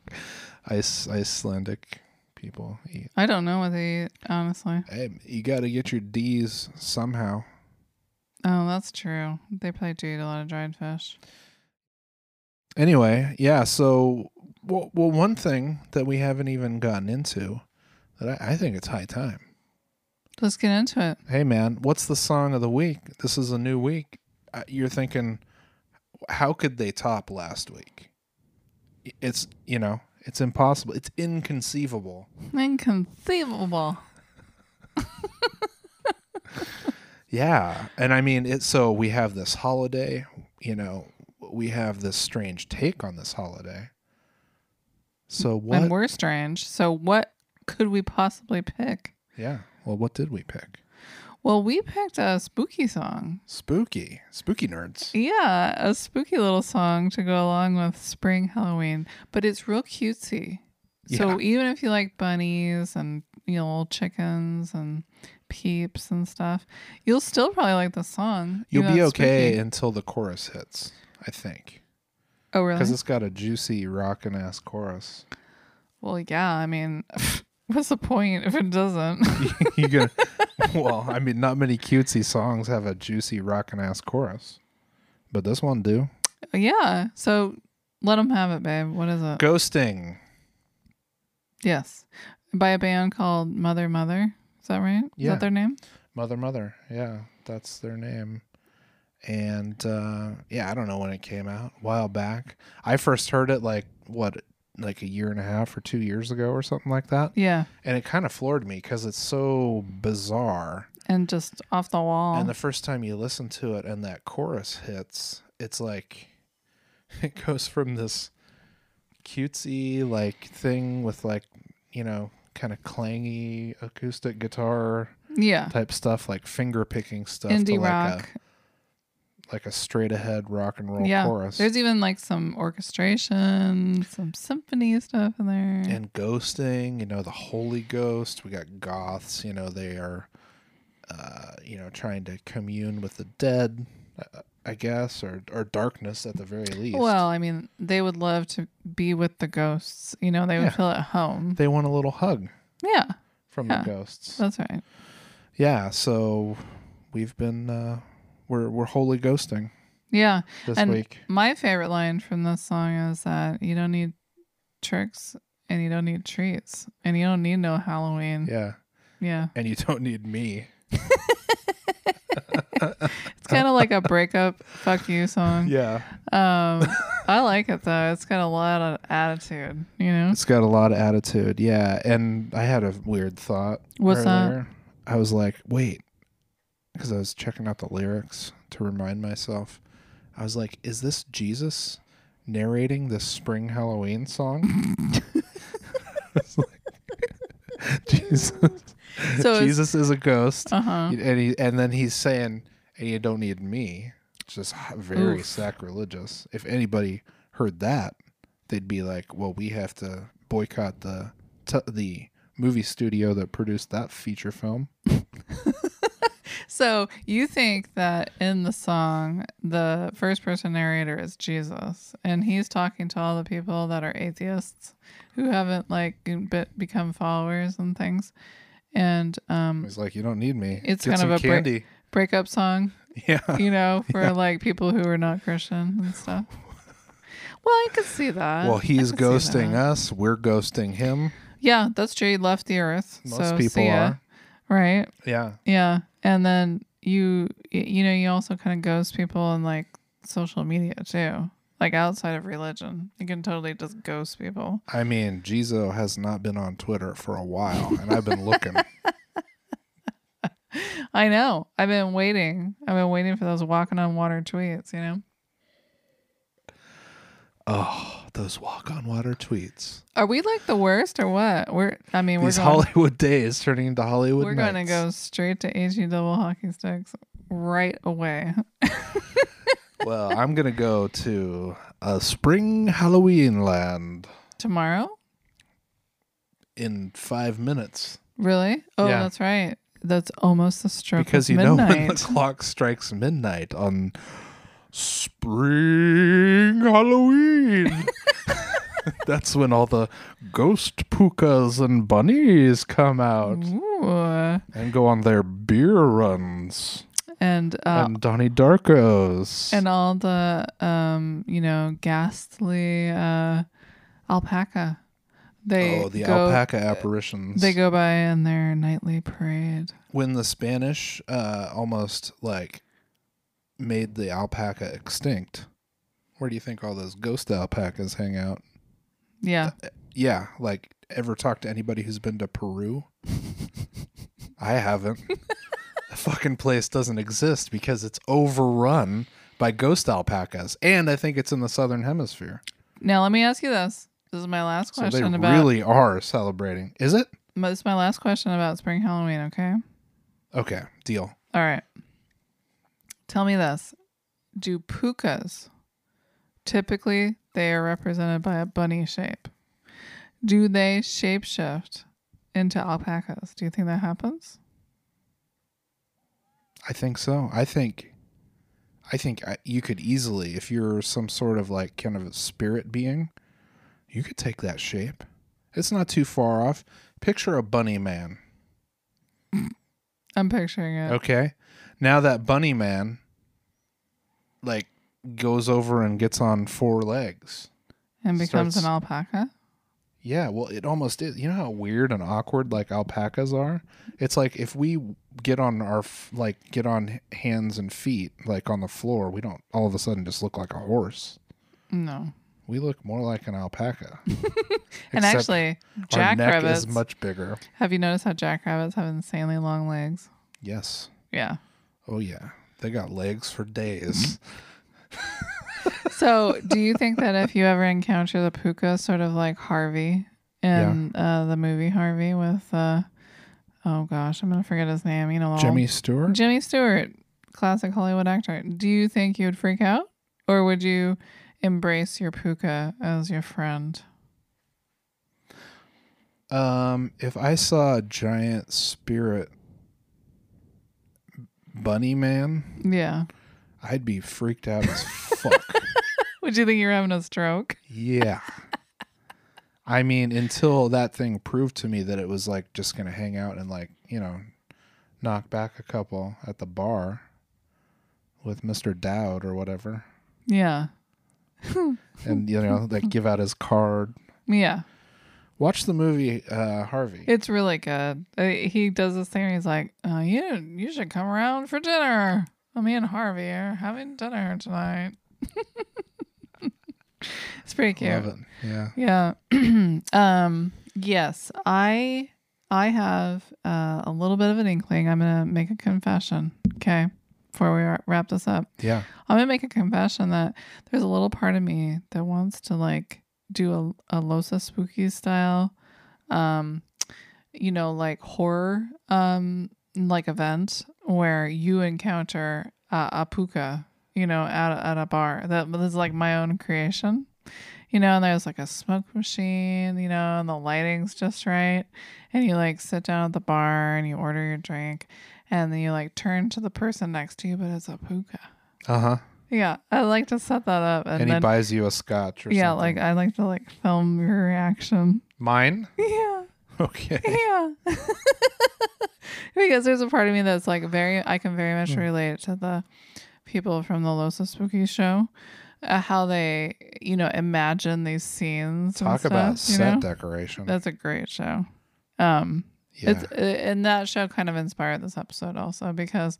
S1: Ice, Icelandic people eat.
S2: I don't know what they eat, honestly.
S1: Hey, you got to get your D's somehow.
S2: Oh, that's true. They probably do eat a lot of dried fish.
S1: Anyway, yeah. So, well, well one thing that we haven't even gotten into that I, I think it's high time.
S2: Let's get into it.
S1: Hey, man, what's the song of the week? This is a new week. Uh, You're thinking, how could they top last week? It's, you know, it's impossible. It's inconceivable.
S2: Inconceivable.
S1: Yeah. And I mean, it, so we have this holiday, you know, we have this strange take on this holiday. So what?
S2: And we're strange. So, what could we possibly pick?
S1: yeah. Well, what did we pick?
S2: Well, we picked a spooky song.
S1: Spooky. Spooky nerds.
S2: Yeah, a spooky little song to go along with spring Halloween, but it's real cutesy.
S1: Yeah.
S2: So even if you like bunnies and you know little chickens and peeps and stuff, you'll still probably like the song. even
S1: You'll be
S2: though it's
S1: okay
S2: spooky.
S1: until the chorus hits, I think.
S2: Oh really?
S1: Because it's got a juicy, rockin' ass chorus.
S2: Well, yeah. I mean, what's the point if it doesn't?
S1: you gonna well i mean not many cutesy songs have a juicy rockin' ass chorus but this one do
S2: yeah. So let them have it, babe. What is it?
S1: ghosting
S2: Yes, by a band called Mother Mother. Is that right?
S1: Yeah.
S2: Is that their name?
S1: mother mother yeah that's their name and uh yeah i don't know when it came out a while back i first heard it like what like a year and a half or two years ago or something like that
S2: Yeah,
S1: and it kind of floored me because it's so bizarre
S2: and just off the wall.
S1: And the first time you listen to it and that chorus hits, it's like it goes from this cutesy like thing with like, you know, kind of clangy acoustic guitar
S2: yeah.
S1: type stuff, like finger picking stuff
S2: indie
S1: like
S2: rock.
S1: a like a straight ahead rock and roll
S2: yeah,
S1: chorus.
S2: there's e even like some orchestration, some symphony stuff in there.
S1: and ghosting, you know, the Holy Ghost. We got goths, you know, they are, uh, you know, trying to commune with the dead, uh, I guess, or or darkness at the very least.
S2: well, I mean, they would love to be with the ghosts. You know, they would
S1: Yeah.
S2: feel at home.
S1: they want a little hug
S2: Yeah,
S1: from
S2: Yeah.
S1: the ghosts.
S2: that's right.
S1: Yeah, so we've been uh, we're we're holy ghosting
S2: Yeah,
S1: this
S2: And-
S1: week.
S2: my favorite line from this song is that you don't need tricks and you don't need treats and you don't need no Halloween.
S1: Yeah,
S2: yeah.
S1: and you don't need me.
S2: it's kind of like a breakup fuck you song.
S1: Yeah,
S2: Um, I like it though. It's got a lot of attitude. You know,
S1: it's got a lot of attitude. Yeah, and I had a weird thought.
S2: What's that?
S1: earlier. I was like, wait, because I was checking out the lyrics to remind myself. I was like, is this Jesus narrating this spring Halloween song? It's like, Jesus,
S2: so it's-
S1: Jesus is a ghost.
S2: Uh huh.
S1: and he and then he's saying, "And you don't need me." It's just h- very
S2: Oof.
S1: sacrilegious. If anybody heard that, they'd be like, "Well, we have to boycott the t- the movie studio that produced that feature film."
S2: So you think that in the song, the first person narrator is Jesus, and he's talking to all the people that are atheists who haven't like be- become followers and things, and um,
S1: He's like, "You don't need me."
S2: It's
S1: Get
S2: kind
S1: some
S2: of a break-
S1: candy.
S2: breakup song,
S1: Yeah,
S2: you know, for like people who are not Christian and stuff. Well, I could see that.
S1: well,
S2: I
S1: he's
S2: could see
S1: ghosting
S2: that.
S1: us. We're ghosting him.
S2: Yeah, that's true. He left the earth.
S1: Most
S2: so
S1: people
S2: see ya,
S1: are.
S2: right.
S1: Yeah,
S2: Yeah, and then you y- you know you also kind of ghost people on like social media too, like outside of religion. You can totally just ghost people.
S1: I mean, Jesus has not been on Twitter for a while, and I've been looking.
S2: I know. I've been waiting. I've been waiting for those walking on water tweets. You know,
S1: oh, those walk on water tweets.
S2: are we like the worst or what? We're. I mean, we're
S1: These
S2: going.
S1: Hollywood days turning into Hollywood.
S2: we're going to
S1: nights.
S2: go straight to AG double hockey sticks right away.
S1: well, I'm gonna go to a spring Halloween land
S2: Tomorrow?
S1: in five minutes
S2: Really? Oh,
S1: Yeah.
S2: that's right. That's almost the stroke
S1: because
S2: of
S1: you know
S2: midnight.
S1: when the clock strikes midnight on spring Halloween. That's when all the ghost pukas and bunnies come out
S2: Mm. Ooh.
S1: and go on their beer runs
S2: And uh,
S1: and Donnie Darkos.
S2: and all the um you know ghastly uh alpaca they
S1: oh, the
S2: go,
S1: alpaca apparitions.
S2: they go by in their nightly parade
S1: when the Spanish uh, almost like made the alpaca extinct. Where do you think all those ghost alpacas hang out?
S2: yeah
S1: Yeah, like ever talk to anybody who's been to Peru? I haven't. the fucking place doesn't exist because it's overrun by ghost alpacas, and I think it's in the southern hemisphere.
S2: now let me ask you this this is my last
S1: So
S2: question
S1: they
S2: about
S1: really are celebrating. Is it?
S2: this is my last question about spring halloween okay
S1: Okay, deal.
S2: all right tell me this do pukas typically they are represented by a bunny shape do they shapeshift into alpacas do you think that happens
S1: I think so. I think, I think I- you could easily, if you're some sort of like kind of a spirit being, you could take that shape. It's not too far off. Picture a bunny man.
S2: i'm picturing it
S1: Okay. Now that bunny man, like, goes over and gets on four legs.
S2: And becomes an
S1: starts-
S2: alpaca.
S1: Yeah, well, it almost is. You know how weird and awkward like alpacas are. It's like if we get on our f- like get on hands and feet like on the floor, we don't all of a sudden just look like a horse.
S2: No.
S1: We look more like an alpaca.
S2: And
S1: Except
S2: actually,
S1: our neck
S2: jackrabbits.
S1: is much bigger.
S2: have you noticed how jackrabbits have insanely long legs?
S1: Yes.
S2: Yeah.
S1: Oh yeah. They got legs for days.
S2: So, do you think that if you ever encounter the puka, sort of like Harvey in uh, the movie Harvey with, uh, oh gosh, I'm going to forget his name. You know, all-
S1: Jimmy Stewart.
S2: Jimmy Stewart, classic Hollywood actor. Do you think you would freak out? Or would you embrace your puka as your friend?
S1: Um, if I saw a giant spirit bunny man,
S2: Yeah.
S1: I'd be freaked out as fuck.
S2: Would you think you're having a stroke?
S1: Yeah. I mean, until that thing proved to me that it was like just gonna hang out and like, you know, knock back a couple at the bar with Mr. Dowd or whatever.
S2: Yeah.
S1: And you know, like give out his card.
S2: Yeah.
S1: Watch the movie uh Harvey.
S2: It's really good. Uh, He does this thing. Where he's like, uh, "You you should come around for dinner. Well, Me and Harvey are having dinner tonight." it's pretty cute.
S1: Love it. Yeah.
S2: Yeah. um. Yes, I I have uh, a little bit of an inkling. I'm gonna make a confession. Okay, before we wra- wrap this up,
S1: Yeah.
S2: I'm gonna make a confession that there's a little part of me that wants to like do a, a Losa spooky style, um, you know, like horror, um, like event where you encounter uh, a puka, you know, at a, at a bar. That this is like my own creation, you know. And there's like a smoke machine, you know, and the lighting's just right, and you like sit down at the bar and you order your drink, and then you like turn to the person next to you, but it's a puka.
S1: Uh huh.
S2: Yeah, I like to set that up, and,
S1: And, he
S2: then
S1: buys you a scotch or
S2: yeah,
S1: something.
S2: like uh, I like to like film your reaction.
S1: mine?
S2: Yeah,
S1: Okay.
S2: yeah. because there's a part of me that's like very, I can very much relate to the people from the Losa Spooky show, uh, how they you know imagine these scenes. and
S1: Talk about
S2: stuff, you
S1: set
S2: know?
S1: decoration.
S2: That's a great show. Um,
S1: yeah.
S2: it's uh, and that show kind of inspired this episode also because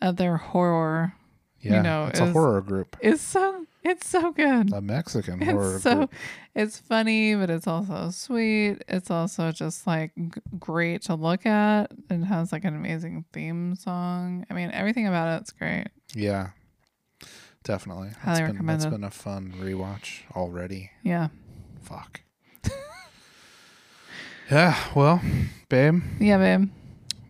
S2: uh, their horror
S1: yeah.
S2: know,
S1: it's a
S2: is-
S1: horror group.
S2: is so it's so good.
S1: A Mexican horror
S2: it's so
S1: group.
S2: it's funny but it's also sweet it's also just like g- great to look at it has like an amazing theme song i mean everything about it's great
S1: Yeah. Definitely. It's
S2: Highly
S1: been, It's
S2: recommended.
S1: been a fun rewatch already.
S2: yeah
S1: Fuck. yeah, well, babe,
S2: yeah babe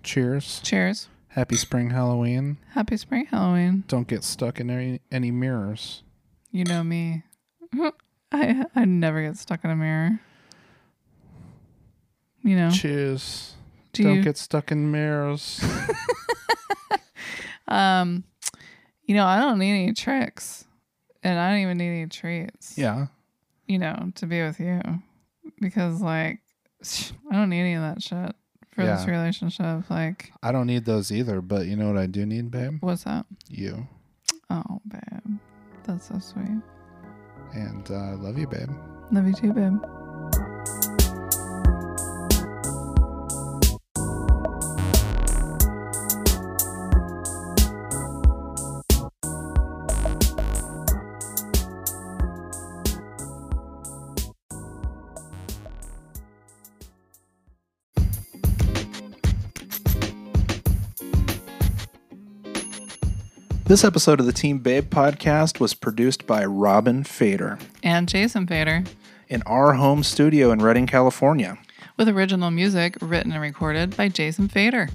S1: cheers.
S2: cheers
S1: Happy spring Halloween.
S2: happy spring halloween
S1: Don't get stuck in any, any mirrors.
S2: you know me i i never get stuck in a mirror you know
S1: Cheers.
S2: do
S1: Don't
S2: you
S1: get stuck in mirrors.
S2: um you know i don't need any tricks and i don't even need any treats
S1: yeah.
S2: you know, to be with you because, like, I don't need any of that shit for this
S1: Yeah.
S2: relationship. Like,
S1: I don't need those either, but you know what I do need, babe?
S2: what's up?
S1: You.
S2: Oh, babe. That's so sweet.
S1: And uh, I love you, babe.
S2: Love you too, babe.
S1: This episode of the Team Babe podcast was produced by Robin Fader
S2: And Jason Fader
S1: in our home studio in Redding, California.
S2: with original music written and recorded by Jason Fader.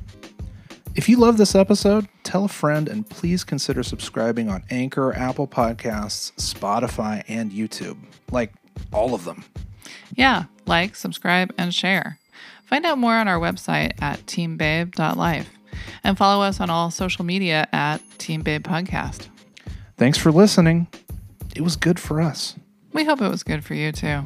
S1: If you love this episode, tell a friend and please consider subscribing on Anchor, Apple Podcasts, Spotify, and YouTube. Like all of them.
S2: Yeah, like, subscribe, and share. Find out more on our website at teambabe.life and follow us on all social media at Team Babe Podcast.
S1: Thanks for listening. It was good for us.
S2: We hope it was good for you too.